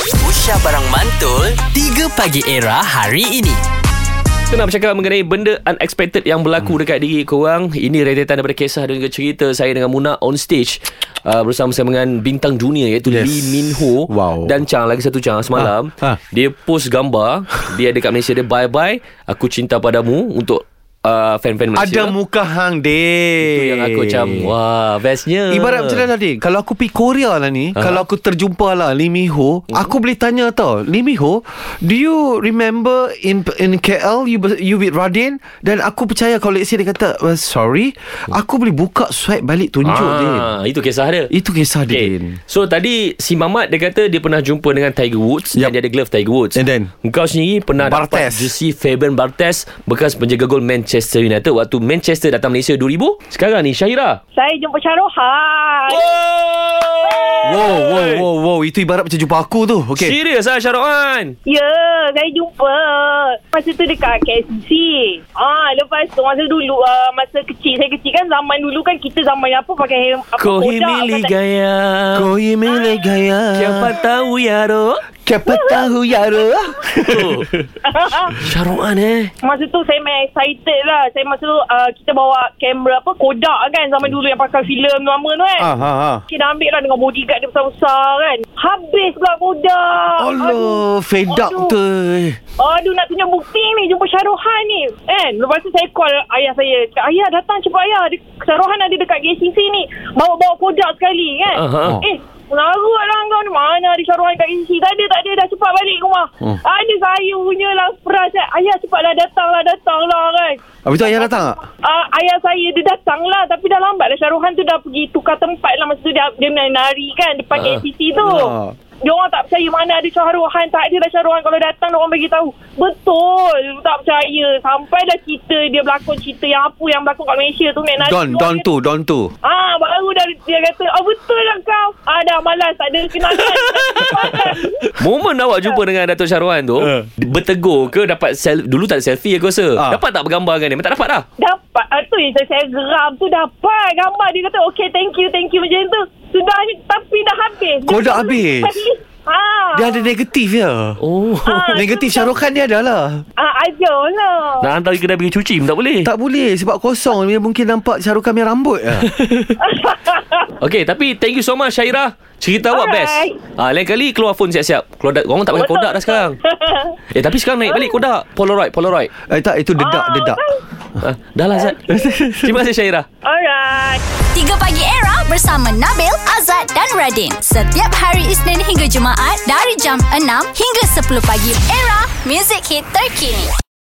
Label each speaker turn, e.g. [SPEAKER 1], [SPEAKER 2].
[SPEAKER 1] Aisyah Barang Mantul 3 Pagi Era hari ini
[SPEAKER 2] Kita nak bercakap mengenai benda unexpected yang berlaku hmm. dekat diri korang. Ini rentetan daripada kisah dan juga cerita saya dengan Muna on stage. Uh, bersama saya dengan bintang dunia iaitu yes.
[SPEAKER 3] Yes.
[SPEAKER 2] Lee Min Ho
[SPEAKER 3] Wow.
[SPEAKER 2] dan Chang lagi satu Chang semalam
[SPEAKER 3] Ha, ha.
[SPEAKER 2] dia post gambar dia dekat Malaysia dia bye bye aku cinta padamu untuk uh, fan-fan Malaysia
[SPEAKER 3] Ada muka hang deh.
[SPEAKER 2] itu yang aku macam wah bestnya
[SPEAKER 3] Ibarat macam mana tadi Kalau aku pergi Korea lah ni
[SPEAKER 2] Ha.
[SPEAKER 3] Kalau aku terjumpa lah Lee Min Ho
[SPEAKER 2] Mhm.
[SPEAKER 3] Aku boleh tanya tau Lee Min Ho Do you remember In in KL You ber- you with Radin Dan aku percaya Kalau let's say dia kata well, Sorry Aku boleh buka Swipe balik tunjuk ah.
[SPEAKER 2] ah, itu kisah dia
[SPEAKER 3] Itu kisah okay. Din
[SPEAKER 2] Okay. So tadi si Mamat dia kata dia pernah jumpa dengan Tiger Woods yep. dan
[SPEAKER 3] Yup.
[SPEAKER 2] dia ada glove Tiger Woods.
[SPEAKER 3] And then?
[SPEAKER 2] engkau sendiri pernah dapat
[SPEAKER 3] Bartes.
[SPEAKER 2] jersey Fabian Bartes bekas penjaga gol Manchester United waktu Manchester datang Malaysia 2000. Sekarang ni Syahira.
[SPEAKER 4] Saya jumpa Syarohan. Oh.
[SPEAKER 3] Wow wow wow wow Itu ibarat macam jumpa aku tu
[SPEAKER 2] Okay.
[SPEAKER 3] Okay
[SPEAKER 2] Serius ah Syahrohan.
[SPEAKER 4] Ya, saya jumpa. Masa tu dekat KFC. Ah, lepas tu masa dulu ah, masa kecil saya kecil kan zaman dulu kan kita zaman apa pakai hem- apa
[SPEAKER 2] Kau
[SPEAKER 4] kodak,
[SPEAKER 2] himili
[SPEAKER 4] apa tak-
[SPEAKER 2] gaya.
[SPEAKER 3] Kau ye mele gaya
[SPEAKER 2] Siapa tahu ya, Yaro.
[SPEAKER 3] Siapa tahu ya, Yara
[SPEAKER 2] Oh. Syahrohan eh.
[SPEAKER 4] Masa tu saya main excited lah. Saya masa tu ah, kita bawa kamera apa kodak kan zaman dulu yang pakai filem lama tu kan.
[SPEAKER 3] Ah, ah, ah.
[SPEAKER 4] Kita ambil lah dengan bodyguard dia besar-besar kan. Habis pula kodak.
[SPEAKER 2] Oh,
[SPEAKER 4] Aduh.
[SPEAKER 3] Allah Fed up
[SPEAKER 4] Aduh.
[SPEAKER 3] tu eh.
[SPEAKER 4] Aduh nak tunjuk bukti ni Jumpa Syarohan ni Kan Lepas tu saya call ayah saya Cakap ayah datang cepat ayah Dia- Syarohan ada dekat KCC ni Bawa-bawa kodak sekali kan
[SPEAKER 2] Aha.
[SPEAKER 4] Eh Larut lah kau ni Mana ada Syarohan kat KCC Tak ada tak ada Dah cepat balik rumah
[SPEAKER 3] Hmm.
[SPEAKER 4] Ada saya punya lah Peras kan Ayah cepatlah datanglah Datanglah kan
[SPEAKER 3] Habis tu ayah datang tak?
[SPEAKER 4] Uh, ayah saya dia datang lah Tapi dah lambat lah Syarohan tu dah pergi tukar tempat lah Masa tu dia, dia menari kan Depan
[SPEAKER 2] Ah.
[SPEAKER 4] uh, KCC tu
[SPEAKER 3] Ah.
[SPEAKER 4] Dia orang tak percaya mana ada Syarohan Tak ada lah Syarohan Kalau datang dia orang bagi tahu Betul Tak percaya Sampai dah cerita Dia berlakon cerita yang apa Yang berlakon kat Malaysia tu Mek Nari
[SPEAKER 3] Don, Don tu, Don tu
[SPEAKER 4] Ah, baru dah dia kata, ah betul lah kau. Ah, dah malas, tak ada kenangan.
[SPEAKER 2] Momen lah awak jumpa dengan Dato' Syahrohan tu
[SPEAKER 3] Ah.
[SPEAKER 2] Bertegur ke dapat sel- Dulu tak ada selfie aku rasa
[SPEAKER 3] Ah.
[SPEAKER 2] Dapat tak bergambar dengan dia Memang tak dapat lah. dah
[SPEAKER 4] dapat. Ah, tu yang saya, saya geram tu dapat gambar. Dia kata, okay, thank you, thank you macam tu. Sudah, tapi dah habis.
[SPEAKER 3] Kau dah habis?
[SPEAKER 4] Ah.
[SPEAKER 3] Dia ada negatif ya
[SPEAKER 2] Oh
[SPEAKER 4] Ah,
[SPEAKER 3] Negatif
[SPEAKER 4] tu-
[SPEAKER 3] Syarokan dia ada lah
[SPEAKER 4] Ah, ajar lah.
[SPEAKER 2] Nak hantar pergi kedai pergi cuci pun tak boleh
[SPEAKER 3] Tak boleh sebab kosong Dia mungkin nampak Syarokan punya rambut lah.
[SPEAKER 2] Okay tapi thank you so much Syairah Cerita awak best
[SPEAKER 4] Alright.
[SPEAKER 2] ah, Lain kali keluar phone siap-siap Keluar da- Orang tak pakai
[SPEAKER 4] Betul,
[SPEAKER 2] kodak dah
[SPEAKER 4] betul.
[SPEAKER 2] sekarang Eh tapi sekarang naik balik kodak Polaroid Polaroid
[SPEAKER 3] Eh tak itu dedak
[SPEAKER 4] Ah,
[SPEAKER 3] dedak
[SPEAKER 4] betul.
[SPEAKER 2] ah, Dah lah Zat Terima kasih Syairah
[SPEAKER 4] Alright.
[SPEAKER 5] 3 Pagi Era bersama Nabil, Azad dan Radin. Setiap hari Isnin hingga Jumaat dari jam 6 hingga 10 pagi. Era, music hit terkini.